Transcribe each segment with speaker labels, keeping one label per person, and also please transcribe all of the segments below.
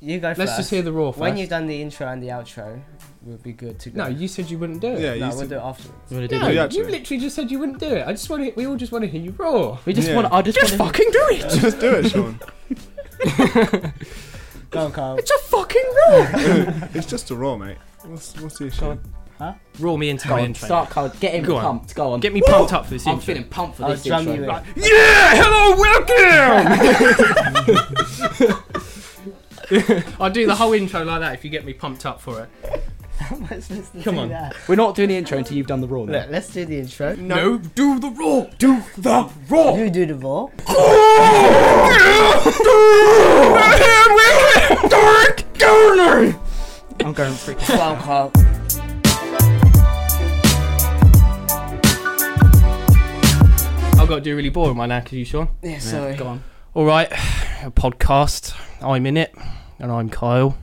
Speaker 1: You go
Speaker 2: Let's
Speaker 1: first.
Speaker 2: just hear the raw first.
Speaker 1: When you've done the intro and the outro, we'll be good to go.
Speaker 2: no, you said you wouldn't do it.
Speaker 3: Yeah,
Speaker 1: no
Speaker 3: you
Speaker 1: we'll
Speaker 3: said-
Speaker 1: do it afterwards.
Speaker 4: You wanna do
Speaker 2: No,
Speaker 4: the-
Speaker 3: Yeah,
Speaker 2: you
Speaker 3: actually.
Speaker 2: literally just said you wouldn't do it. I just want to, we all just want to hear you roar.
Speaker 4: We just
Speaker 3: Yeah.
Speaker 4: want. I just,
Speaker 2: Just
Speaker 4: want.
Speaker 2: fucking do it.
Speaker 3: just do it, Sean.
Speaker 1: Go on, Carl.
Speaker 2: It's a fucking roar.
Speaker 3: it's just a raw, mate. What's what's the issue?
Speaker 2: roar me into
Speaker 4: Go
Speaker 2: my
Speaker 4: on,
Speaker 2: intro.
Speaker 4: start, Carl. Get him
Speaker 2: Go on.
Speaker 4: pumped. Go on.
Speaker 2: Get me pumped up for this
Speaker 4: I'm
Speaker 2: intro.
Speaker 4: feeling pumped for
Speaker 1: I'll
Speaker 4: this
Speaker 1: drum
Speaker 4: intro.
Speaker 1: you in.
Speaker 4: Right.
Speaker 2: Yeah. Hello. Welcome. I'll do the whole intro like that if you get me pumped up for it.
Speaker 1: Let's listen
Speaker 2: Come
Speaker 1: to
Speaker 2: on.
Speaker 1: that.
Speaker 4: We're not doing the intro until you've done the raw.
Speaker 1: Look,
Speaker 4: Now.
Speaker 1: let's do the intro.
Speaker 2: No, do the roar. Do the roar.
Speaker 1: You do the raw.
Speaker 4: I'm going freaking.
Speaker 1: Go on, Carl.
Speaker 2: I've got to do a really boring one now because you, Sean.
Speaker 1: Yeah, sorry.
Speaker 4: Go on.
Speaker 2: All right, a podcast. I'm in it, and I'm Kyle.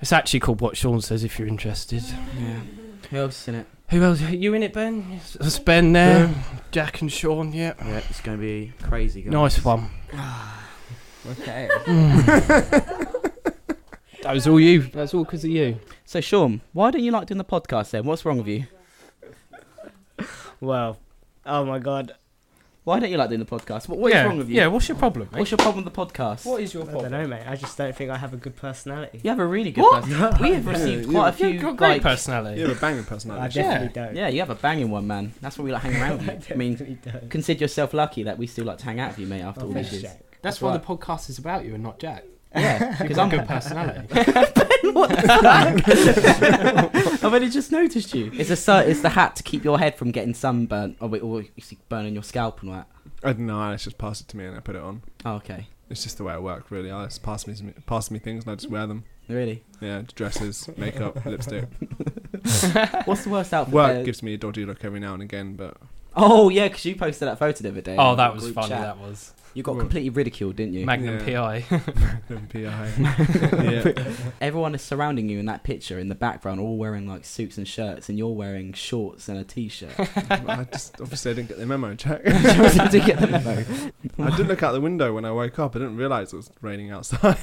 Speaker 2: It's actually called What Sean Says if you're interested.
Speaker 4: Yeah. Who else is in it?
Speaker 2: Who else? You in it, Ben? Yes, It's Ben there. Jack and Sean, yeah.
Speaker 4: Yeah, it's going to be crazy. Guys.
Speaker 2: Nice one.
Speaker 1: Okay.
Speaker 2: Mm. That was all you. That's all because of you.
Speaker 4: So, Sean, why don't you like doing the podcast then? What's wrong with you?
Speaker 1: Well, oh my god.
Speaker 4: Why don't you like doing the podcast? What, what's
Speaker 2: yeah.
Speaker 4: wrong with you?
Speaker 2: Yeah, what's your problem, mate?
Speaker 4: What's your problem with the podcast?
Speaker 2: What is your
Speaker 5: I don't
Speaker 2: problem?
Speaker 5: know, mate. I just don't think I have a good personality.
Speaker 4: You have a really good
Speaker 2: What?
Speaker 4: person. We have received
Speaker 3: Yeah,
Speaker 4: quite a
Speaker 3: you-
Speaker 4: few.
Speaker 2: You've got great
Speaker 4: like,
Speaker 2: personality.
Speaker 3: You have a banging
Speaker 5: I
Speaker 3: personality.
Speaker 5: definitely don't.
Speaker 4: Yeah, you have a banging one, man. That's why we like hang around with you. I mean,
Speaker 5: definitely don't.
Speaker 4: consider yourself lucky that we still like to hang out with you, mate. After all
Speaker 5: Oh,
Speaker 4: this,
Speaker 5: thanks,
Speaker 4: is.
Speaker 5: Jack.
Speaker 2: That's why the podcast is about you and not Jack.
Speaker 4: yeah, because
Speaker 2: You've
Speaker 4: I'm
Speaker 2: got good personality.
Speaker 4: What the fuck? I've only just noticed you. It's a sur- it's the hat to keep your head from getting sunburnt or, or you see burning your scalp and all that.
Speaker 3: I don't know. Alex just passed it to me and I put it on.
Speaker 4: Oh, okay,
Speaker 3: It's just the way it worked, really. Alex passed me some, passed me things and I just wear them.
Speaker 4: really.
Speaker 3: Yeah, dresses, makeup, lipstick.
Speaker 4: What's the worst outfit?
Speaker 3: Work
Speaker 4: there?
Speaker 3: gives me a dodgy look every now and again, but
Speaker 4: Oh yeah, because you posted that photo the other day.
Speaker 2: Oh,
Speaker 4: in
Speaker 2: that
Speaker 4: the
Speaker 2: was
Speaker 4: group
Speaker 2: funny.
Speaker 4: chat.
Speaker 2: That was
Speaker 4: You got completely ridiculed, didn't you?
Speaker 2: Magnum PI.
Speaker 3: don't be a yeah.
Speaker 4: Everyone is surrounding you in that picture in the background, all wearing like suits and shirts, and you're wearing shorts and a t-shirt.
Speaker 3: I just obviously I didn't get the memo. Check.
Speaker 4: to get the memo.
Speaker 3: I did look out the window when I woke up. I didn't realise it was raining outside.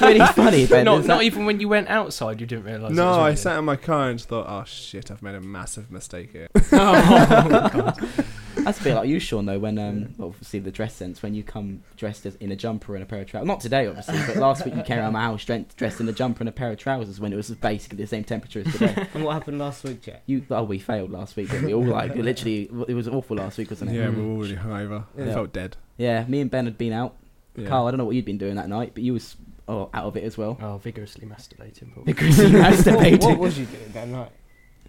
Speaker 4: really funny, Ben.
Speaker 2: not
Speaker 4: is
Speaker 2: not
Speaker 4: that-
Speaker 2: even when you went outside, you didn't realise.
Speaker 3: no, I
Speaker 2: it
Speaker 3: sat in my car and just thought, oh shit, I've made a massive mistake here.
Speaker 2: was raining.
Speaker 4: That's a bit like you, Sean, though. When um, obviously the dress sense, when you come dressed as, in a jumper and a pair of trousers. Not today, obviously, but last week you came around my house dren- dressed in a jumper and a pair of trousers when it was basically the same temperature as today.
Speaker 5: And what happened last week, Jack?
Speaker 4: you, oh, we failed last week. Didn't we all like literally, it was awful last week, wasn't it?
Speaker 3: yeah, we were all really hungover.
Speaker 4: Yeah.
Speaker 3: I felt dead.
Speaker 4: Yeah, me and Ben had been out.
Speaker 3: Yeah.
Speaker 4: Carl, I don't know what you'd been doing that night, but you was oh, out of it as well.
Speaker 2: oh, vigorously masturbating. probably.
Speaker 4: Because you
Speaker 5: what, what
Speaker 4: masturbated.
Speaker 5: was you doing that night?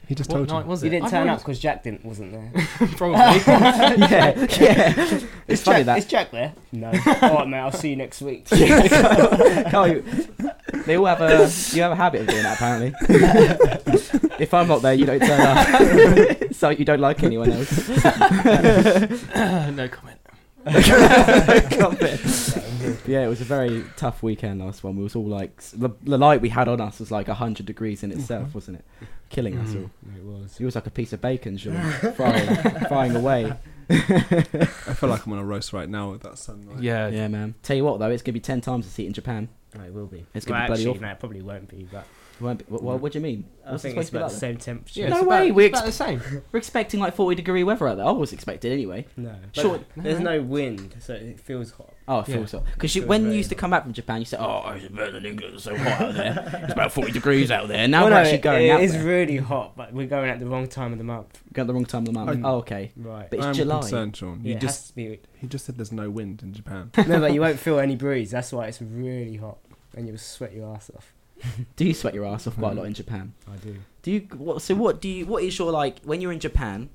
Speaker 3: he just
Speaker 2: What
Speaker 3: told
Speaker 2: night was it?
Speaker 1: You didn't
Speaker 2: I've
Speaker 1: turn up
Speaker 2: already-
Speaker 1: because Jack didn't wasn't there.
Speaker 2: Probably.
Speaker 4: yeah, yeah. It's,
Speaker 5: Is
Speaker 4: funny
Speaker 5: Jack,
Speaker 4: that
Speaker 5: Is Jack there? No. All right, mate. I'll see you next week.
Speaker 4: Carl, you- they all have a you have a habit of doing that apparently. if I'm not there, you don't turn up, so you don't like anyone else.
Speaker 2: no comment.
Speaker 4: yeah, it was a very tough weekend last one. We was all like s- the, the light we had on us was like hundred degrees in itself, wasn't it? Killing us
Speaker 2: Mm-hmm.
Speaker 4: all.
Speaker 5: it was.
Speaker 4: It was like a piece of bacon, Sean, frying, frying away.
Speaker 3: it. I feel like I'm on a roast right now with that sunlight.
Speaker 2: Yeah.
Speaker 4: Yeah, man. Tell you what though, it's gonna be ten times the seat in Japan.
Speaker 5: No, Oh, it will be.
Speaker 4: It's
Speaker 5: well,
Speaker 4: gonna be bloody
Speaker 5: actually,
Speaker 4: awful.
Speaker 5: no, it probably won't be. But
Speaker 4: Won't be- what, what, what do you mean?
Speaker 5: I
Speaker 4: What's it
Speaker 5: think it's
Speaker 4: supposed to be
Speaker 5: about
Speaker 4: like
Speaker 5: the
Speaker 4: that?
Speaker 5: same temperature.
Speaker 2: Yeah,
Speaker 4: No
Speaker 2: it's about-
Speaker 4: way, we
Speaker 2: it's about the same.
Speaker 4: We're expecting like forty degree weather out there. I was expected anyway.
Speaker 5: No.
Speaker 4: Sure.
Speaker 5: But There's no wind, so it feels hot.
Speaker 4: Oh, I feel
Speaker 2: Yeah.
Speaker 4: so. Because
Speaker 5: Feels
Speaker 4: when you
Speaker 5: very
Speaker 4: used to come back from Japan, you said, "Oh, it's better than England. It's so hot out there. It's about forty degrees out there." Now
Speaker 5: Well,
Speaker 4: we're
Speaker 5: no,
Speaker 4: actually
Speaker 5: it-
Speaker 4: going
Speaker 5: it
Speaker 4: out
Speaker 5: is
Speaker 4: there.
Speaker 5: really hot, but we're going at the wrong time of the month.
Speaker 4: Got the wrong time of the month.
Speaker 3: Mm.
Speaker 4: Oh, okay.
Speaker 5: Right.
Speaker 4: But it's
Speaker 3: I'm
Speaker 4: July.
Speaker 3: concerned, Sean. You
Speaker 5: yeah, it has
Speaker 3: just
Speaker 5: to be
Speaker 3: he just said there's no wind in Japan.
Speaker 5: no, but you won't feel any breeze. That's why it's really hot, and you'll sweat your ass off.
Speaker 4: Do you sweat your ass off quite a lot in Japan?
Speaker 5: Mm. I do.
Speaker 4: Do you? What, so what do you? What is your like when you're in Japan?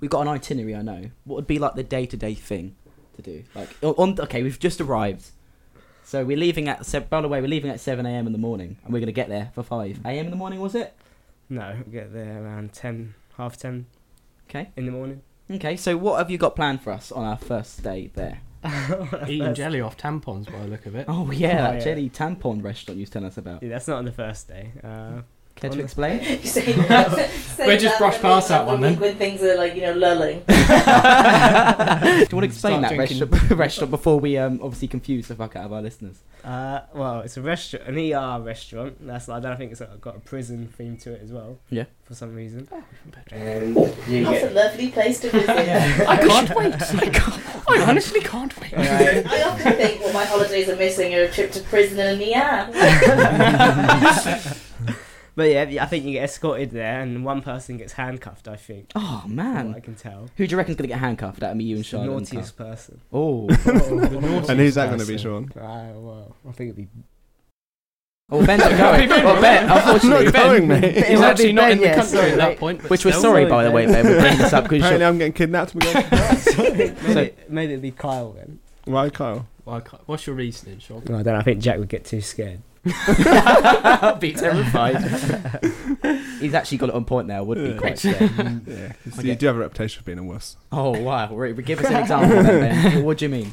Speaker 4: We've got an itinerary. I know. What would be like the day to day thing to do? Like o- on. Okay, we've just arrived. So we're leaving at. se- By the way, we're leaving at seven a.m. in the morning, and we're gonna get there for five a.m. in the morning. Was it?
Speaker 5: No, we get there around ten, half ten
Speaker 4: Okay.
Speaker 5: in the morning.
Speaker 4: Okay. So what have you got planned for us on our first day there?
Speaker 2: Eating jelly off tampons by the look of it.
Speaker 4: Oh yeah,
Speaker 5: Oh,
Speaker 4: that
Speaker 5: yeah.
Speaker 4: jelly tampon restaurant you was telling us about.
Speaker 5: Yeah, that's not on the first day. Uh,
Speaker 4: Care to explain?
Speaker 6: Say that- say
Speaker 2: We'll just
Speaker 6: that
Speaker 2: brush
Speaker 6: when-
Speaker 2: past that one
Speaker 6: when-
Speaker 2: then.
Speaker 6: When things are like you know lulling.
Speaker 4: Do you want to explain
Speaker 2: Start
Speaker 4: that
Speaker 2: drinking.
Speaker 4: restaurant, restaurant before we um, obviously confuse the fuck out of our listeners?
Speaker 5: Uh, well, it's a restaurant, an ER restaurant. That's I don't think it's uh, got a prison theme to it as well.
Speaker 4: Yeah.
Speaker 5: For some reason.
Speaker 1: And you
Speaker 6: That's a
Speaker 1: get.
Speaker 6: lovely place to visit.
Speaker 2: I can't wait. I, can't, I honestly can't wait.
Speaker 6: I often think what my holidays are missing are a trip to prison and an ER.
Speaker 5: But yeah, I think you get escorted there, and one person gets handcuffed. I think.
Speaker 4: Oh
Speaker 5: from what I
Speaker 4: man,
Speaker 5: can tell.
Speaker 4: who do you reckon's gonna get handcuffed? That'd be you and
Speaker 5: The
Speaker 4: Charlotte. and Carl.
Speaker 5: naughtiest person.
Speaker 4: Oh,
Speaker 3: And who's that going to be, Sean?
Speaker 5: Ah, well, I think it'd be.
Speaker 4: oh, Ben's not
Speaker 2: Hey,
Speaker 4: going.
Speaker 2: Ben,
Speaker 4: Oh, Ben,
Speaker 2: I'm
Speaker 4: unfortunately,
Speaker 2: not
Speaker 4: Ben.
Speaker 3: going, mate.
Speaker 2: He's
Speaker 5: might
Speaker 2: actually
Speaker 5: be
Speaker 2: not
Speaker 5: Ben,
Speaker 2: in the
Speaker 5: yeah,
Speaker 2: country
Speaker 5: sorry,
Speaker 2: at that
Speaker 5: mate.
Speaker 2: point. but
Speaker 4: Which we're
Speaker 2: still.
Speaker 4: sorry,
Speaker 5: Sorry,
Speaker 4: by the way, Ben. We're bringing this up because
Speaker 3: Apparently,
Speaker 4: you're
Speaker 3: I'm getting kidnapped. we go,
Speaker 5: Maybe, maybe it'd be Kyle then.
Speaker 3: Why, Kyle?
Speaker 2: Why can't- What's your reasoning, Sean?
Speaker 5: No, I don't. know, I think Jack would get too scared.
Speaker 4: I'd be terrified. He's actually got it on point there. I would be
Speaker 3: Yeah.
Speaker 4: quite scared.
Speaker 3: Yeah, 'cause
Speaker 4: Okay.
Speaker 3: you do have a reputation for being a wuss.
Speaker 4: Oh wow! Right, but Give us an example. Then, Ben. What do you mean?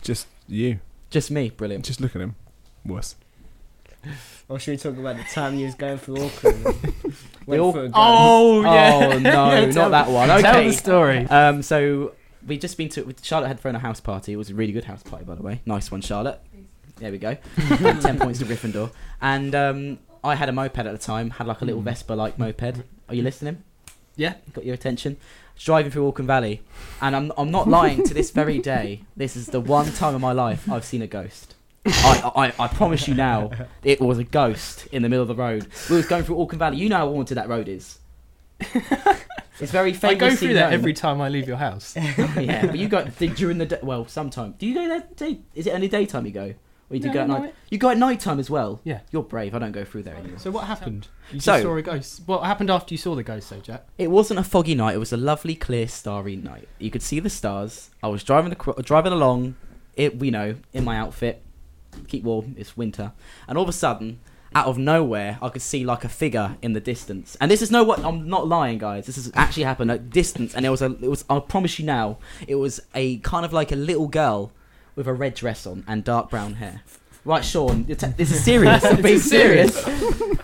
Speaker 3: Just you.
Speaker 4: Just me, brilliant.
Speaker 3: Just look at him. Wuss.
Speaker 5: Or should we talk about the time you was going for Auckland? and
Speaker 4: We
Speaker 5: went
Speaker 4: all-
Speaker 5: for a gun?
Speaker 2: Oh yeah.
Speaker 4: Oh no, not that one.
Speaker 2: Tell
Speaker 4: Okay.
Speaker 2: the story.
Speaker 4: Um, so we just been to Charlotte had thrown a house party. It was a really good house party, by the way. Nice one, Charlotte. There we go. Ten points to Gryffindor. And um, I had a moped at the time. Had like a little Vespa-like moped. Are you listening?
Speaker 2: Hmm. Yeah.
Speaker 4: Got your attention. Driving through Auckland Valley, and I'm I'm not lying. to this very day, this is the one time in my life I've seen a ghost. I, I, I promise you now, it was a ghost in the middle of the road. We was going through Auckland Valley. You know how haunted that road is. It's very
Speaker 2: I
Speaker 4: famously
Speaker 2: go through that
Speaker 4: known
Speaker 2: every time I leave your house.
Speaker 4: yeah, but you go the, during the day. Well, sometime. Do you go there? Day, is it only daytime you go, or you do
Speaker 2: No,
Speaker 4: go at night?
Speaker 2: night.
Speaker 4: You go at night time as well.
Speaker 2: Yeah.
Speaker 4: you're brave. I don't go through there anymore.
Speaker 2: So what happened? You
Speaker 4: So-
Speaker 2: just saw a ghost. What happened after you saw the ghost, though, Jack?
Speaker 4: It wasn't a foggy night. It was a lovely, clear, starry night. You could see the stars. I was driving acro- driving along, it we know in my outfit. Keep warm. It's winter, and all of a sudden, out of nowhere, I could see like a figure in the distance. And this is no what I'm not lying, guys. This has actually happened at distance, and it was a it was. I promise you now, it was a kind of like a little girl with a red dress on and dark brown hair. Right, Sean, you're te- this is serious. I'm being serious.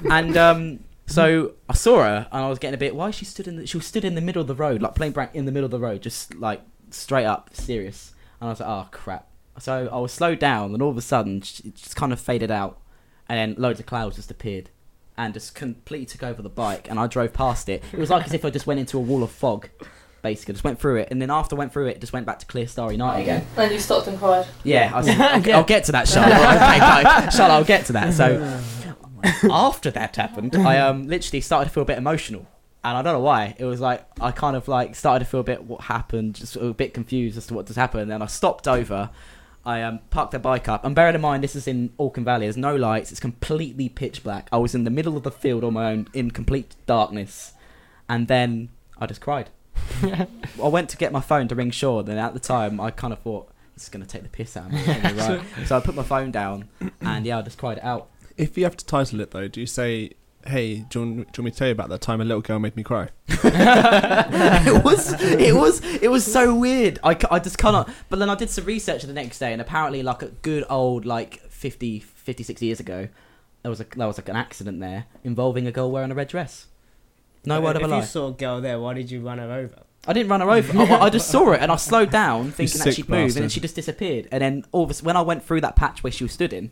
Speaker 4: and um, so I saw her, and I was getting a bit. Why she stood in? The, she was stood in the middle of the road, like playing blank in the middle of the road, just like straight up serious. And I was like, oh crap. So I was slowed down, and all of a sudden, sh- it just kind of faded out, and then loads of clouds just appeared, and just completely took over the bike. And I drove past it. It was like as if I just went into a wall of fog. Basically, just went through it, and then after I went through it, just went back to clear starry night again.
Speaker 6: And you stopped and cried.
Speaker 4: Yeah, I was, I'll,
Speaker 2: Yeah.
Speaker 4: I'll get to that, Charlotte. okay, no, Charlotte, I'll get to that. So after that happened, I um literally started to feel a bit emotional, and I don't know why. It was like I kind of like started to feel a bit what happened, just a bit confused as to what just happened. And I stopped over. I um, parked the bike up, and bearing in mind this is in Auckland Valley, there's no lights, it's completely pitch black. I was in the middle of the field on my own, in complete darkness, and then I just cried. I went to get my phone to ring Sean, and at the time I kind of thought this is going to take the piss out of me. isn't it, right? so I put my phone down, and yeah, I just cried it out.
Speaker 3: If you have to title it, though, do you say, hey, do you, want, do you want me to tell you about that time a little girl made me cry?
Speaker 4: it was, it was, it was so weird. I, ca- I just cannot. But then I did some research the next day, and apparently, like a good old like 50, 50 60 years ago, there was a there was like an accident there involving a girl wearing a red dress. No
Speaker 5: But
Speaker 4: word of
Speaker 5: Uh, if
Speaker 4: a
Speaker 5: you
Speaker 4: lie.
Speaker 5: saw a girl there, why did you run her over?
Speaker 4: I didn't run her over. I, I just saw it and I slowed down thinking that
Speaker 3: sick
Speaker 4: she'd move and then
Speaker 3: bastard.
Speaker 4: she just disappeared. And then all of a, s- when I went through that patch where she was stood in,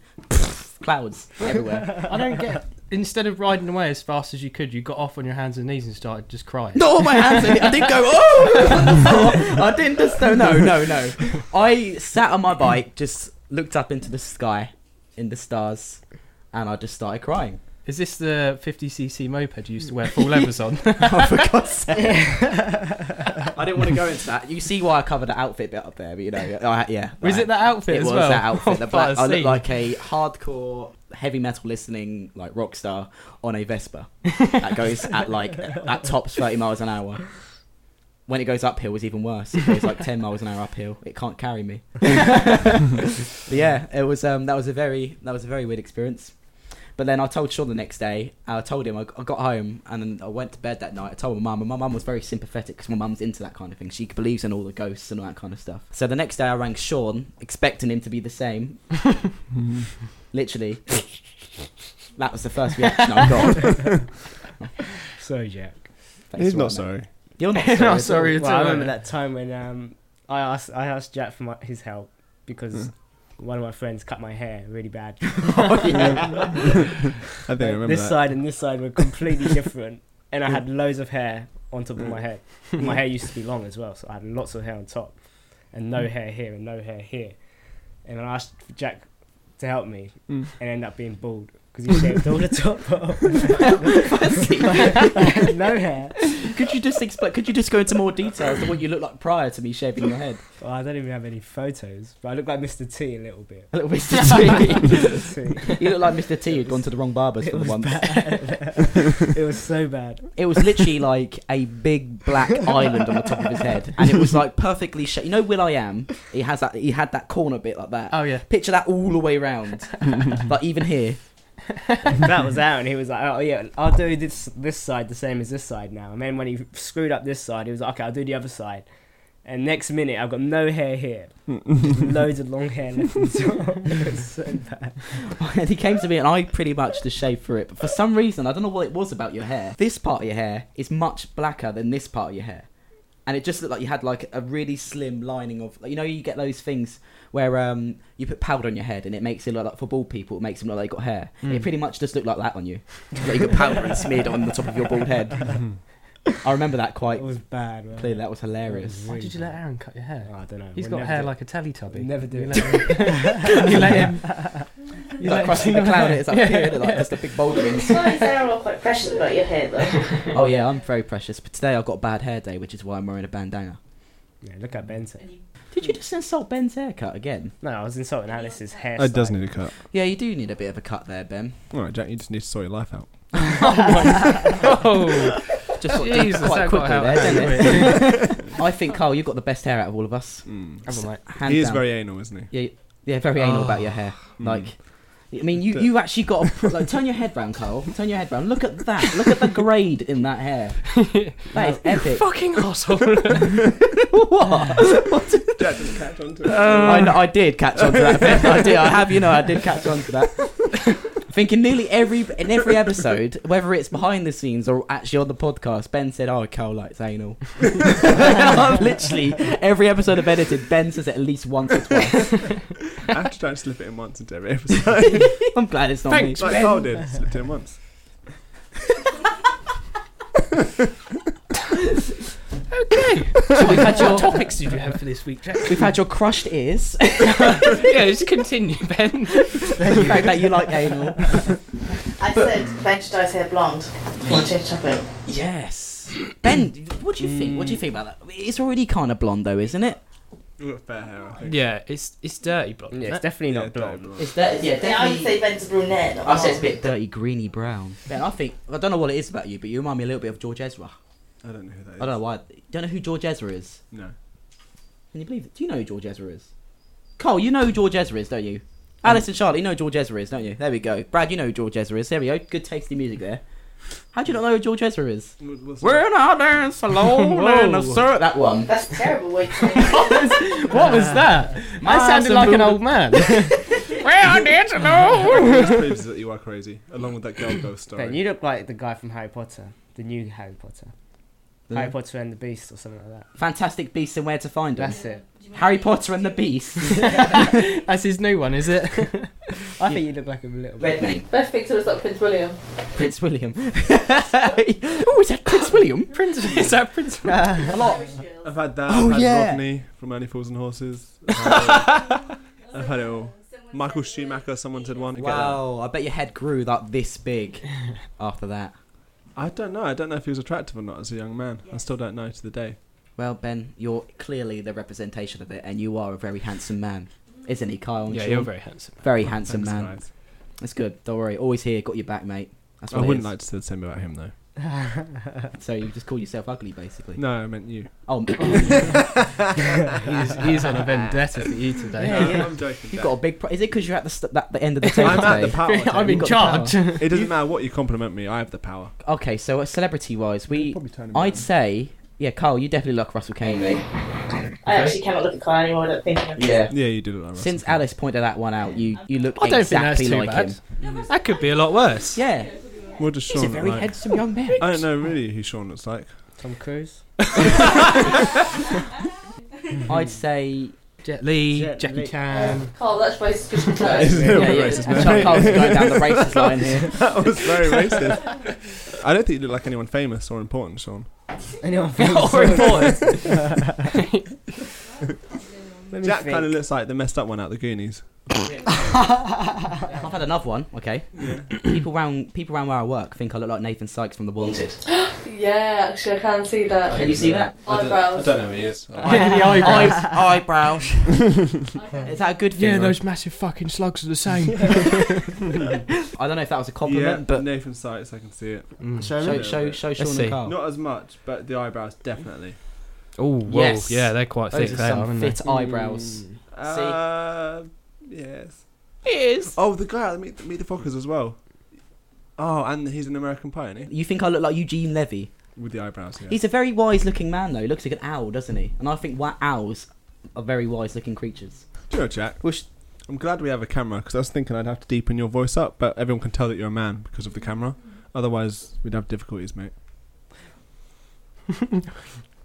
Speaker 4: clouds everywhere.
Speaker 2: I don't get. Instead of riding away as fast as you could, you got off on your hands and knees and started just crying.
Speaker 4: No, my hands. in it. I didn't go. Oh, on the floor. I didn't just. No, no, no, no. I sat on my bike, just looked up into the sky, in the stars, and I just started crying.
Speaker 2: Is this the 50cc moped you used to wear full levers on?
Speaker 4: oh, for God's sake! I didn't want to go into that. You see why I covered the outfit bit up there, but you know, I, yeah.
Speaker 2: Was it that outfit
Speaker 4: it
Speaker 2: as
Speaker 4: was
Speaker 2: well?
Speaker 4: that outfit. The
Speaker 2: Oh,
Speaker 4: black,
Speaker 2: fuck,
Speaker 4: I
Speaker 2: see.
Speaker 4: looked like a hardcore heavy metal listening like rock star on a Vespa that goes at like at tops thirty miles an hour. When it goes uphill, it's even worse. It goes like ten miles an hour uphill. It can't carry me. But yeah, it was um, that was a very that was a very weird experience. But then I told Sean the next day. I told him I, I got home and then I went to bed that night. I told my mum, and my mum was very sympathetic because my mum's into that kind of thing. She believes in all the ghosts and all that kind of stuff. So the next day I rang
Speaker 3: Mm.
Speaker 4: Sean, expecting him to be the same. Literally, That was the first reaction I got.
Speaker 5: Sorry, Jack.
Speaker 4: Thanks
Speaker 3: He's
Speaker 4: for
Speaker 3: not
Speaker 4: that, mate.
Speaker 3: sorry.
Speaker 4: You're not
Speaker 5: Not
Speaker 4: sorry. at
Speaker 5: sorry
Speaker 4: all.
Speaker 5: well, I remember that time when um, I asked I asked Jack for my, his help
Speaker 2: Mm.
Speaker 5: because one of my friends cut my hair really bad.
Speaker 2: Oh,
Speaker 3: I think I remember
Speaker 5: this
Speaker 3: that.
Speaker 5: side and this side were completely different, and I had loads of hair on top of my head. My hair used to be long as well, so I had lots of hair on top, and
Speaker 3: Mm.
Speaker 5: no hair here and no hair here. And I asked for Jack to help me,
Speaker 3: Mm.
Speaker 5: and ended up being bald because he shaved all the top off. I had no hair.
Speaker 4: Could you just explain? Could you just go into more detail as to what you looked like prior to me shaving your head?
Speaker 5: Well, I don't even have any photos, but I look like Mr. T a little bit.
Speaker 4: A little bit Mr.
Speaker 5: Mr. T.
Speaker 4: T. you look like Mr. T. You'd gone to the wrong barbers
Speaker 5: It
Speaker 4: for the
Speaker 5: was
Speaker 4: one.
Speaker 5: bad. it was so bad.
Speaker 4: It was literally like a big black island on the top of his head, and it was like perfectly shaped. You know, Will I Am. He has that. He had that corner bit like that.
Speaker 2: Oh yeah.
Speaker 4: Picture that all the way round, like even here.
Speaker 5: that was out, and he was like, "Oh yeah, I'll do this this side the same as this side now." And then when he screwed up this side, he was like, "Okay, I'll do the other side." And next minute, I've got no hair here, just loads of long hair left. on top. It was so bad.
Speaker 4: and he came to me, and I pretty much just shaved through it. But for some reason, I don't know what it was about your hair. This part of your hair is much blacker than this part of your hair, and it just looked like you had like a really slim lining of. Like, you know, you get those things where um, you put powder on your head, and it makes it look like for bald people, it makes them look like they got hair. It pretty much just looked like that on you. like you got powder and smeared on the top of your bald head. I remember that
Speaker 5: It
Speaker 4: quite
Speaker 5: was bad. Man.
Speaker 4: clearly. That was hilarious.
Speaker 2: Why did you let Aaron cut your hair?
Speaker 5: Oh, I don't know.
Speaker 2: He's
Speaker 5: We'll
Speaker 2: got
Speaker 5: never
Speaker 2: hair
Speaker 5: do-
Speaker 2: like a Teletubby.
Speaker 5: Never do
Speaker 2: You
Speaker 5: it.
Speaker 2: let him. you let him.
Speaker 4: You like crossing the cloud, it's like, yeah. like just a big boulder. in-
Speaker 6: Guys, they're all quite precious about your hair, though.
Speaker 4: Oh yeah, I'm very precious. But today I've got bad hair day, which is why I'm wearing a bandana.
Speaker 5: Yeah, look at Benson.
Speaker 4: Did you just insult Ben's haircut again?
Speaker 5: No, I was insulting Alice's hair.
Speaker 3: It does need a cut.
Speaker 4: Yeah, you do need a bit of a cut there, Ben. Oh,
Speaker 3: All right, Jack, you just need to sort your life out.
Speaker 2: oh,
Speaker 4: Just sort of did
Speaker 2: Jesus, that
Speaker 4: quite quickly
Speaker 2: got out
Speaker 4: there,
Speaker 2: of
Speaker 4: didn't it?
Speaker 2: hand.
Speaker 4: I think Carl, you've got the best hair out of all of us.
Speaker 3: Mm.
Speaker 2: Have a mate.
Speaker 4: Hands
Speaker 3: He is
Speaker 4: down.
Speaker 3: very Ah, anal, isn't he? Mm.
Speaker 4: yeah, yeah, very anal about your hair. Like, I mean, you you actually got a, pr- like turn your head round, Carl. Turn your head round. Look at that. Look at the grade in that hair. That is epic.
Speaker 2: Fucking asshole.
Speaker 3: Jack didn't catch on to it.
Speaker 4: I, kn- I did catch on to that. Ben. I did. I have you know I did catch on to that. Thinking nearly every in every episode, whether it's behind the scenes or actually on the podcast, Ben said, "Oh, Carl likes anal." Literally every episode I've edited, Ben says it at least once or twice.
Speaker 3: I have to try and slip it in once into every episode.
Speaker 4: I'm glad it's not
Speaker 3: Thanks,
Speaker 4: me.
Speaker 3: like Carl did. Slipped it in once.
Speaker 2: So we've had your topics did you have for this week, Jack?
Speaker 4: We've had your crushed ears.
Speaker 2: yeah, just continue, Ben.
Speaker 4: the fact that you like anal.
Speaker 6: I said French dyes hair blonde. Want to change topic?
Speaker 4: Yes. Ben, what do you think? What do you think about that? It's already kind of blonde though, isn't it?
Speaker 3: You've got fair hair, I think.
Speaker 2: Yeah, it's it's dirty blonde.
Speaker 5: Yeah,
Speaker 2: isn't
Speaker 5: it's
Speaker 2: it?
Speaker 5: definitely
Speaker 3: Yeah,
Speaker 5: not blonde.
Speaker 3: dark
Speaker 4: It's that, yeah,
Speaker 6: Yeah, I would say Ben's a brunette. not
Speaker 4: I say it's a bit
Speaker 6: blonde.
Speaker 4: dirty, greeny brown. Ben, I think I don't know what it is about you, but you remind me a little bit of George Ezra.
Speaker 3: I don't know who that is.
Speaker 4: I don't know why. Don't know who George Ezra is.
Speaker 3: No.
Speaker 4: Can you believe it? Do you know who George Ezra is? Cole, you know who George Ezra is, don't you? Alice and Charlotte, you know who George Ezra is, don't you? There we go. Brad, you know who George Ezra is. There we go. Good tasty music there. How do you not know who George Ezra is?
Speaker 3: What- what's
Speaker 4: We're in our dance
Speaker 2: Oh.
Speaker 4: alone in
Speaker 2: Whoa.
Speaker 4: a cir- That one.
Speaker 6: That's a terrible way to say it.
Speaker 2: What was that? I sounded like an old man. well, that's an old.
Speaker 3: that? It just proves that you are crazy, along with that girl ghost story.
Speaker 5: Ben, you look like the guy from Harry Potter, the new Harry Potter, Harry Potter and the Beast, or something like that.
Speaker 4: Fantastic Beasts and Where to Find Them.
Speaker 5: That's it.
Speaker 4: Harry Potter and the Beast.
Speaker 2: That's his new one, is it?
Speaker 5: I think you look like a little bit.
Speaker 4: Redmayne.
Speaker 6: Best picture was like Prince William.
Speaker 4: Prince William. oh, is that Prince William?
Speaker 2: Prince, is that Prince?
Speaker 4: a lot.
Speaker 6: Irish girls.
Speaker 3: I've had that.
Speaker 4: Oh,
Speaker 3: I've had
Speaker 4: yeah.
Speaker 3: Rodney from Only Fools and Horses. I've had, I've had it all. Oh, Michael Schumacher, someone said one.
Speaker 4: Wow, I bet your head grew like this big after that.
Speaker 3: I don't know. I don't know if he was attractive or not as a young man. I still don't know to the day.
Speaker 4: Well, Ben, you're clearly the representation of it, and you are a very handsome man, isn't he, Kyle? and
Speaker 2: Yeah,
Speaker 4: Sean?
Speaker 2: you're very handsome.
Speaker 4: very handsome
Speaker 3: Thanks,
Speaker 4: man.
Speaker 3: guys.
Speaker 4: That's good. Don't worry. Always here. Got your back, mate. That's
Speaker 3: I
Speaker 4: what it
Speaker 3: wouldn't
Speaker 4: is.
Speaker 3: like to say the same about him, though.
Speaker 4: So you just call yourself ugly, basically.
Speaker 3: No, I meant you.
Speaker 4: Oh,
Speaker 2: He's, he's on a vendetta for you today.
Speaker 4: Yeah, yeah.
Speaker 3: I'm joking.
Speaker 4: you
Speaker 3: Dad.
Speaker 4: got a big. Pro- is it because you're at the st- that, the end of the table
Speaker 3: I'm at the
Speaker 4: today?
Speaker 3: power.
Speaker 2: I'm
Speaker 3: Jamie.
Speaker 2: in
Speaker 4: You've got
Speaker 2: charge.
Speaker 4: the
Speaker 3: It doesn't matter what you compliment me. I have the power.
Speaker 4: okay, so uh, celebrity-wise, we
Speaker 3: Probably turn him
Speaker 4: I'd
Speaker 3: down.
Speaker 4: say, yeah, Carl, you definitely look Russell Kane, mate.
Speaker 6: I actually cannot look at Kyle anymore without thinking of
Speaker 1: Yeah.
Speaker 3: Yeah, you did it. Like Russell.
Speaker 4: Since Alice pointed that one out, you you look
Speaker 2: I don't
Speaker 4: exactly
Speaker 2: think that's too
Speaker 4: like
Speaker 2: bad.
Speaker 4: him.
Speaker 2: That could be a lot worse.
Speaker 4: Yeah,
Speaker 3: what does
Speaker 4: he's
Speaker 3: Sean
Speaker 4: a
Speaker 3: look
Speaker 4: very
Speaker 3: like?
Speaker 4: handsome young man.
Speaker 3: I don't know really who Sean looks like.
Speaker 5: Tom Cruise.
Speaker 4: I'd say
Speaker 2: Jet Li,
Speaker 5: Jet
Speaker 2: Jackie
Speaker 5: Li.
Speaker 2: Chan.
Speaker 6: Carl, that's basically
Speaker 3: Is
Speaker 6: good.
Speaker 3: it
Speaker 4: yeah, yeah.
Speaker 3: racist,
Speaker 4: Charles-
Speaker 3: man?
Speaker 4: Charles is going down the racist line here.
Speaker 3: that was very racist. I don't think you look like anyone famous or important, Sean.
Speaker 5: Anyone
Speaker 2: or important.
Speaker 5: Let me
Speaker 3: Jack
Speaker 5: think.
Speaker 3: kind of looks like the messed up one out of the Goonies.
Speaker 4: I've had another one. Okay. people round people round where I work think I look like Nathan Sykes from The Wanted.
Speaker 6: yeah, actually, I can see that.
Speaker 4: Can you see that?
Speaker 6: Eyebrows.
Speaker 1: know who he is.
Speaker 2: Yeah, the eyebrows.
Speaker 4: Eyes- eyebrows. Is that a good thing?
Speaker 2: Yeah,
Speaker 4: or-
Speaker 2: those massive fucking slugs are the same.
Speaker 4: I don't know if that was a compliment, but
Speaker 3: Nathan Sykes, I can see it.
Speaker 2: Mm.
Speaker 5: Show
Speaker 4: show
Speaker 5: me.
Speaker 3: Sure.
Speaker 4: show show Sean
Speaker 2: see.
Speaker 4: and Carl.
Speaker 3: Not as much, but the eyebrows definitely.
Speaker 2: Oh, whoa.
Speaker 4: Yes.
Speaker 2: Yeah, they're quite
Speaker 4: Those
Speaker 2: thick.
Speaker 4: are
Speaker 2: They are,
Speaker 4: some
Speaker 2: aren't they?
Speaker 4: fit eyebrows.
Speaker 3: Uh, yes. Yes. Oh, the guy out of Meet the, Meet the Fockers as well. Oh, and he's an American pioneer
Speaker 4: You think I look like Eugene Levy?
Speaker 3: with the eyebrows. Yeah.
Speaker 4: He's a very wise-lking man, though. He looks like an owl, doesn't he? And I think wa- owls are very wise-looking creatures.
Speaker 3: Do you know, Jack? Wish. I'm glad we have a camera because I was thinking I'd have to deepen your voice up, but everyone can tell that you're a man because of the camera. Otherwise, we'd have difficulties, mate.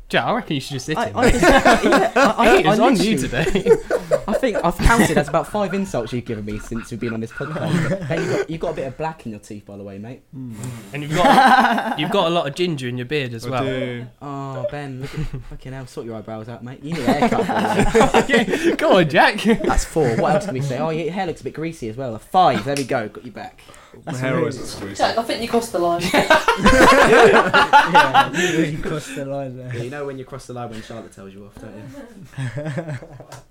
Speaker 2: Jack, I reckon you should just sit
Speaker 4: I,
Speaker 2: in.
Speaker 4: I, yeah, I, I,
Speaker 2: It is
Speaker 4: I
Speaker 2: on you
Speaker 4: literally-
Speaker 2: today.
Speaker 4: I think I've counted as about five insults you've given me since we've been on this podcast. hey, you've, got, you've got a bit of black in your teeth, by the way, mate.
Speaker 2: and you've got you've got a lot of ginger in your beard as
Speaker 3: I
Speaker 2: well.
Speaker 3: do.
Speaker 4: Oh, Ben, look at, fucking hell, sort your eyebrows out, mate. You need a haircut. by the way.
Speaker 2: Yeah, Go on, Jack.
Speaker 4: That's four. What else can we say? Oh, your hair looks a bit greasy as well. A five. There we go. Got you back.
Speaker 3: My hair always looks greasy.
Speaker 6: Jack, I think you crossed the line.
Speaker 5: yeah, you really crossed the line there.
Speaker 4: You know when you cross the line when Charlotte tells you off, don't you?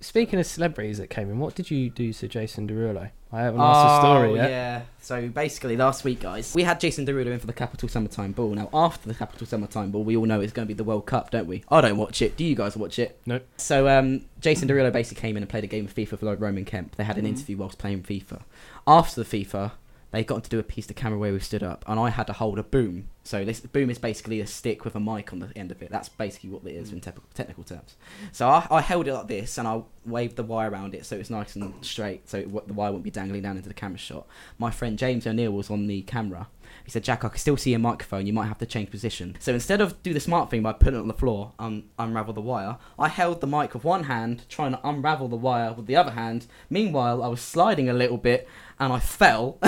Speaker 2: Speaking of celebrities that came in, what did you do to Jason Derulo? I haven't asked the story yet.
Speaker 4: Oh, yeah. So basically, last week, guys, we had Jason Derulo in for the Capital Summertime Ball. Now, after the Capital Summertime Ball, we all know it's going to be the World Cup, don't we? I don't watch it. Do you guys watch it?
Speaker 2: Nope.
Speaker 4: So um, Jason Derulo basically came in and played a game of FIFA for Lord Roman Kemp. They had
Speaker 2: Mm.
Speaker 4: an interview whilst playing FIFA. After the FIFA, they got him to do a piece to camera where we stood up, and I had to hold a boom. So this boom is basically a stick with a mic on the end of it. That's basically what it
Speaker 2: Mm.
Speaker 4: is in te- technical terms. So I, I held it like this, and I waved the wire around it so it's nice and straight, so it, w- the wire wouldn't be dangling down into the camera shot. My friend James O'Neill was on the camera. He said, "Jack, I can still see your microphone. You might have to change position." So instead of do the smart thing by putting it on the floor and unravel the wire, I held the mic with one hand, trying to unravel the wire with the other hand. Meanwhile, I was sliding a little bit, and I fell.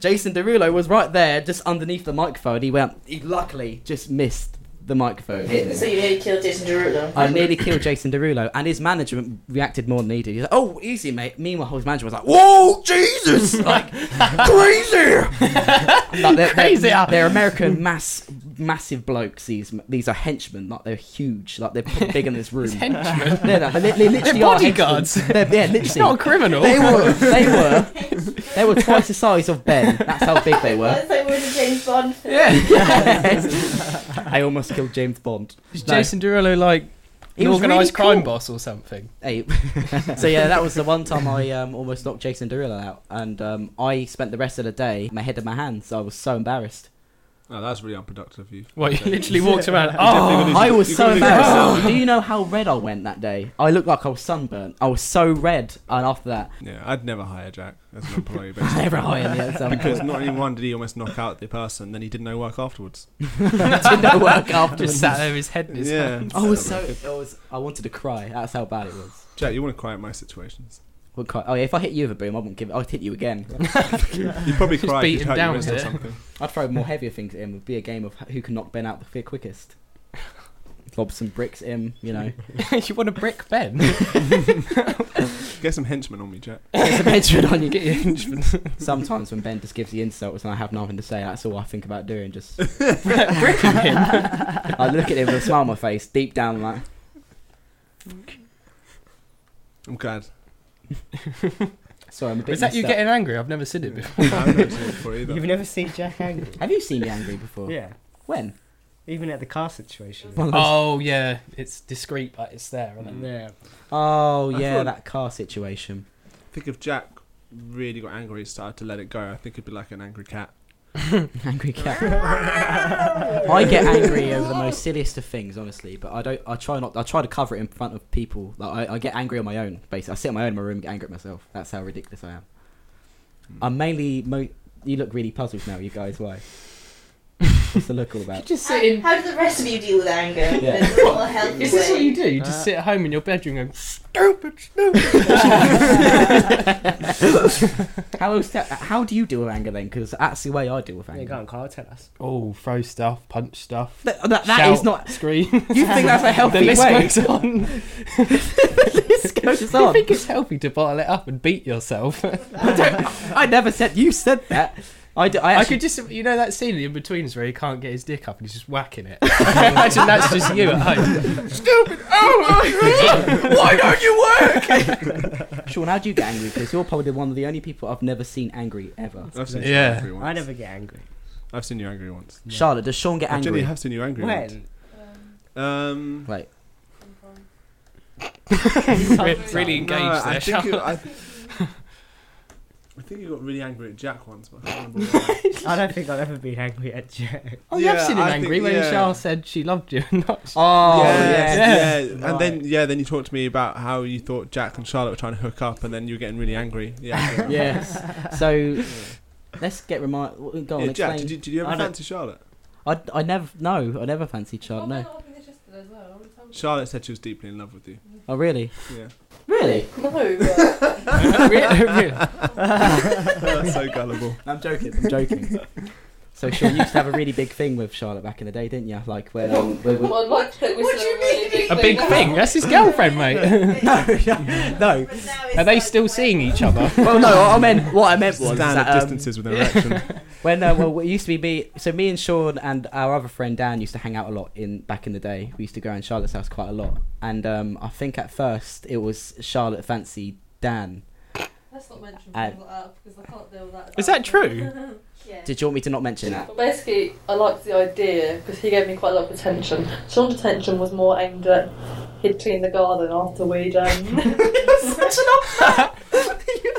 Speaker 4: Jason Derulo was right there, just underneath the microphone. He went. He luckily just missed the microphone. Hit him.
Speaker 6: so you nearly killed Jason Derulo.
Speaker 4: I nearly killed Jason Derulo, and his manager reacted more than needed. He's like, "Oh, easy, mate." Meanwhile, his manager was like, "Whoa, Jesus! Like crazy, Like, they're,
Speaker 2: Crazy.
Speaker 4: They're, they're American mass, massive blokes. These these are henchmen. Like they're huge. Like they're probably bigger than this room.
Speaker 2: Henchmen.
Speaker 4: No, no, but they, they literally are henchmen.
Speaker 2: bodyguards.
Speaker 4: They're, yeah, literally.
Speaker 2: He's not a criminal.
Speaker 4: they were. They were. They were twice the size of Ben. That's how big they were.
Speaker 6: It's like we're in a James Bond film.
Speaker 4: I almost killed James Bond.
Speaker 2: Is
Speaker 4: No.
Speaker 2: Jason Derulo like
Speaker 4: He
Speaker 2: an
Speaker 4: was really
Speaker 2: organised crime
Speaker 4: cool.
Speaker 2: boss or something?
Speaker 4: Hey. so yeah, that was the one time I um, almost knocked Jason Derulo out, and um, I spent the rest of the day my head in my hands. I was so embarrassed.
Speaker 3: Oh, that's really unproductive of you.
Speaker 2: Well, you
Speaker 3: Okay.
Speaker 2: literally walked around.
Speaker 3: You definitely
Speaker 2: Oh,
Speaker 3: gonna lose-
Speaker 4: I was
Speaker 3: you're
Speaker 4: so
Speaker 3: gonna lose yourself.
Speaker 4: embarrassed. Do you know how red I went that day? I looked like I was sunburnt. I was so red, and after that,
Speaker 3: Yeah, I'd never hire Jack as an employee,
Speaker 4: I
Speaker 3: basically.
Speaker 4: never hired me at some
Speaker 3: because
Speaker 4: point.
Speaker 3: not only one did he almost knock out the person, then he did no work afterwards.
Speaker 4: Didn't work
Speaker 2: just
Speaker 4: afterwards.
Speaker 2: sat there with his head in his hand.
Speaker 4: I was oh, so. I was. I wanted to cry. That's how bad it was.
Speaker 3: Jack, you want to quiet my situations.
Speaker 4: Would cry. Oh, yeah, if I hit you with a boom, I wouldn't give it. I'd hit you again.
Speaker 3: You probably
Speaker 2: Just
Speaker 3: cry
Speaker 2: beat
Speaker 3: if you'd
Speaker 2: him
Speaker 3: hurt
Speaker 2: down
Speaker 3: your wrist
Speaker 2: with
Speaker 3: or
Speaker 2: it.
Speaker 3: something.
Speaker 4: I'd throw more heavier things at him. It would be a game of who can knock Ben out the fi- quickest. Lob some bricks at him, you know.
Speaker 2: you want a brick Ben?
Speaker 3: Get some henchmen on me, Jack.
Speaker 4: There's a henchmen on you.
Speaker 2: Get your henchman.
Speaker 4: Sometimes when Ben just gives the insults and I have nothing to say, that's all I think about doing. Just
Speaker 2: bricking him.
Speaker 4: I look at him with a smile on my face, deep down, like
Speaker 3: I'm glad.
Speaker 4: sorry, I'm a bit.
Speaker 2: Is that you
Speaker 4: messed up."
Speaker 2: getting angry? I've never seen it before.
Speaker 3: I've never seen it before either.
Speaker 5: You've never seen Jack angry.
Speaker 4: Have you seen me angry before?
Speaker 5: Yeah,
Speaker 4: When?
Speaker 5: even at the car situation.
Speaker 4: One of those-
Speaker 2: Oh yeah, it's discreet, but it's there, isn't it?
Speaker 5: Yeah.
Speaker 4: Oh
Speaker 3: I
Speaker 4: yeah,
Speaker 3: thought-
Speaker 4: that car situation.
Speaker 3: I think if Jack really got angry and started to let it go, I think he'd be like an angry cat.
Speaker 4: angry cat. I get angry over the most silliest of things, honestly. But I don't. I try not. I try to cover it in front of people. Like I, I get angry on my own. Basically, I sit in my own in my room, and get angry at myself. That's how ridiculous I am.
Speaker 2: Hmm.
Speaker 4: I'm mainly. Mo- you look really puzzled now, you guys. Why? What's the look all about?
Speaker 2: Just
Speaker 6: How,
Speaker 2: sit in.
Speaker 6: how do the rest of you deal with anger?
Speaker 4: Yeah.
Speaker 6: There's a lot of healthy
Speaker 2: Is this what you
Speaker 6: ways.
Speaker 2: do? You
Speaker 4: Uh,
Speaker 2: just sit at home in your bedroom going, stupid, stupid.
Speaker 4: how else? ta- how do you deal with anger then? Because that's the way I deal with
Speaker 5: There you
Speaker 4: anger.
Speaker 5: go, Carl, tell us.
Speaker 2: oh, throw stuff, punch stuff.
Speaker 4: That, that, that
Speaker 2: shout,
Speaker 4: is not.
Speaker 2: Scream.
Speaker 4: You think that's a
Speaker 2: the
Speaker 4: healthy
Speaker 2: list
Speaker 4: way?
Speaker 2: goes on.
Speaker 4: This goes
Speaker 2: I
Speaker 4: on.
Speaker 2: think it's healthy to bottle it up and beat yourself.
Speaker 4: I never said you said that. I, d-
Speaker 2: I
Speaker 4: I actually
Speaker 2: could just, you know, that scene in between where he can't get his dick up and he's just whacking it. Imagine that's just you at home.
Speaker 4: Sean, how do you get angry? Because you're probably one of the only people I've never seen angry ever.
Speaker 3: I've seen
Speaker 2: Yeah.
Speaker 3: you angry once.
Speaker 5: I never get angry.
Speaker 3: I've seen you angry once.
Speaker 4: Charlotte, does Sean get
Speaker 3: I generally
Speaker 4: angry?
Speaker 3: have seen you angry once.
Speaker 5: When?
Speaker 3: Um,
Speaker 4: Wait,
Speaker 2: Re- really engaged
Speaker 3: no, I
Speaker 2: there.
Speaker 3: think,
Speaker 2: Charlotte.
Speaker 3: you, I, I think you got really angry at Jack once, but I can't remember why.
Speaker 5: I don't think I've ever been angry at Jack.
Speaker 2: Oh, you have
Speaker 3: Yeah,
Speaker 2: seen him
Speaker 3: I
Speaker 2: angry
Speaker 3: think-
Speaker 2: when
Speaker 3: yeah.
Speaker 2: Charles said she loved you. Not
Speaker 4: Oh,
Speaker 3: yes,
Speaker 2: yeah.
Speaker 3: yeah. And then yeah, then you talked to me about how you thought Jack and Charlotte were trying to hook up, and then you were getting really angry. Yeah.
Speaker 4: yes. So let's get remind. Go on,
Speaker 3: yeah,
Speaker 4: explain.
Speaker 3: Jack, did you, did you
Speaker 5: I
Speaker 3: ever
Speaker 5: don't-
Speaker 3: fancy Charlotte?
Speaker 4: I, I never no, I never fancied Charlotte. No.
Speaker 3: Charlotte said she was deeply in love with you.
Speaker 4: Oh really?
Speaker 3: Yeah.
Speaker 4: Really?
Speaker 6: No.
Speaker 3: That's so gullible.
Speaker 4: I'm joking. I'm joking. So Sean, you used to have a really big thing with Charlotte back in the day, didn't you? Like where um, where we-
Speaker 6: Well, what, what,
Speaker 2: What do you a big thing. That's his girlfriend, mate.
Speaker 4: no, no, no.
Speaker 2: Are they still seeing each other?
Speaker 4: Well, no. I meant what I meant was
Speaker 3: Standard
Speaker 4: that, um,
Speaker 3: distances with an erection.
Speaker 4: When uh, well, it used to be me. So me and Sean and our other friend Dan used to hang out a lot in back in the day. We used to go around Charlotte's house quite a lot. And um, I think at first it was Charlotte fancied Dan.
Speaker 7: Let's not mention
Speaker 4: Uh,
Speaker 7: people up because I can't deal with that.
Speaker 2: Is that true?
Speaker 6: Yeah.
Speaker 4: Did you want me to not mention that?
Speaker 7: But basically, I liked the idea because he gave me quite a lot of attention. Sean's attention was more aimed at he'd clean the garden after we'd um,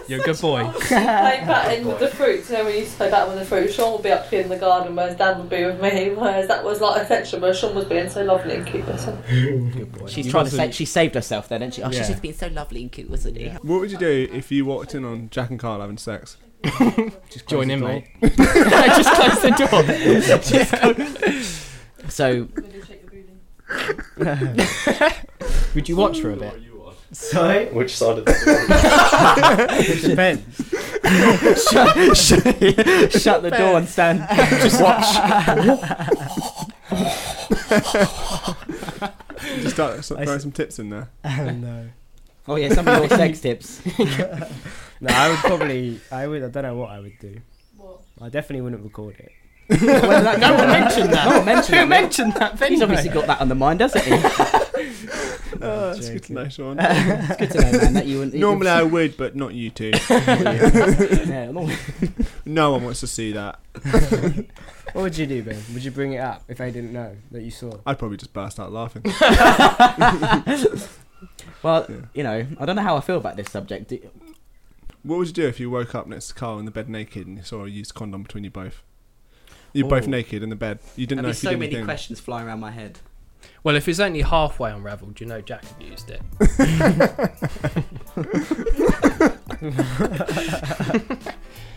Speaker 2: You're a good boy.
Speaker 7: play batten with the fruit. So when we used to play batten with the fruit, Sean would be up cleaning the garden, whereas Dan would be with me. Whereas that was like attention, whereas Sean was being so lovely and cute. But so-
Speaker 4: She's
Speaker 3: You
Speaker 4: trying to say
Speaker 3: mustn't-
Speaker 4: she saved herself there, didn't she? Oh, she's
Speaker 2: Yeah.
Speaker 4: just been so lovely and cute, wasn't she?
Speaker 3: what would you do if you walked in on Jack and Carl having sex?
Speaker 2: Just join in, mate. Just close the door.
Speaker 4: So
Speaker 2: Would you watch for a bit?
Speaker 5: Sorry?
Speaker 1: Which side of the
Speaker 5: It depends.
Speaker 4: shut, shut, shut the door and stand. Just watch.
Speaker 3: Just start so-
Speaker 5: I
Speaker 3: throw
Speaker 5: s-
Speaker 3: some tips in there.
Speaker 5: no.
Speaker 4: Oh yeah, some of your sex tips.
Speaker 5: No, I would probably. I would. I don't know what I would do.
Speaker 7: What?
Speaker 5: I definitely wouldn't record it.
Speaker 4: Well, that-
Speaker 2: No one mentioned that.
Speaker 4: No one mentioned
Speaker 2: Who
Speaker 4: that.
Speaker 2: mentioned that?
Speaker 4: He's obviously
Speaker 2: anyway?
Speaker 4: got that on the mind, doesn't he?
Speaker 3: Oh, that's good to know, Sean.
Speaker 4: It's good to know, man, that you wouldn't.
Speaker 3: Normally I would, but not you two.
Speaker 4: yeah, normally.
Speaker 3: No one wants to see that.
Speaker 5: What would you do, Ben? Would you bring it up if they didn't know that you saw?
Speaker 3: I'd probably just burst out laughing.
Speaker 4: Well,
Speaker 3: Yeah.
Speaker 4: you know, I don't know how I feel about this subject. Do-
Speaker 3: What would you do if you woke up next to Carl in the bed naked and you saw a used condom between you both? You're both
Speaker 4: Ooh.
Speaker 3: naked in the bed. You didn't
Speaker 4: There'd
Speaker 3: know
Speaker 4: be
Speaker 3: if you
Speaker 4: so
Speaker 3: did
Speaker 4: many
Speaker 3: anything.
Speaker 4: questions flying around my head.
Speaker 2: Well, if it's only halfway unravelled, you know Jack had used it.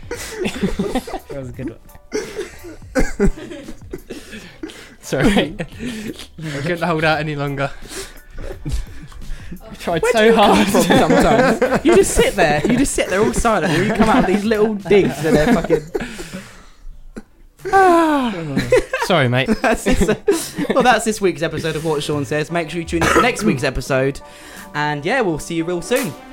Speaker 5: That was a good one.
Speaker 2: Sorry. I couldn't hold out any longer. I tried so hard.
Speaker 4: Sometimes Oh, you just sit there, you just sit there all silent, and you come out with these little digs and they're fucking.
Speaker 2: Sorry, mate.
Speaker 4: That's this, uh, well, that's this week's episode of What Sean Says. Make sure you tune in for next week's episode, and yeah, we'll see you real soon.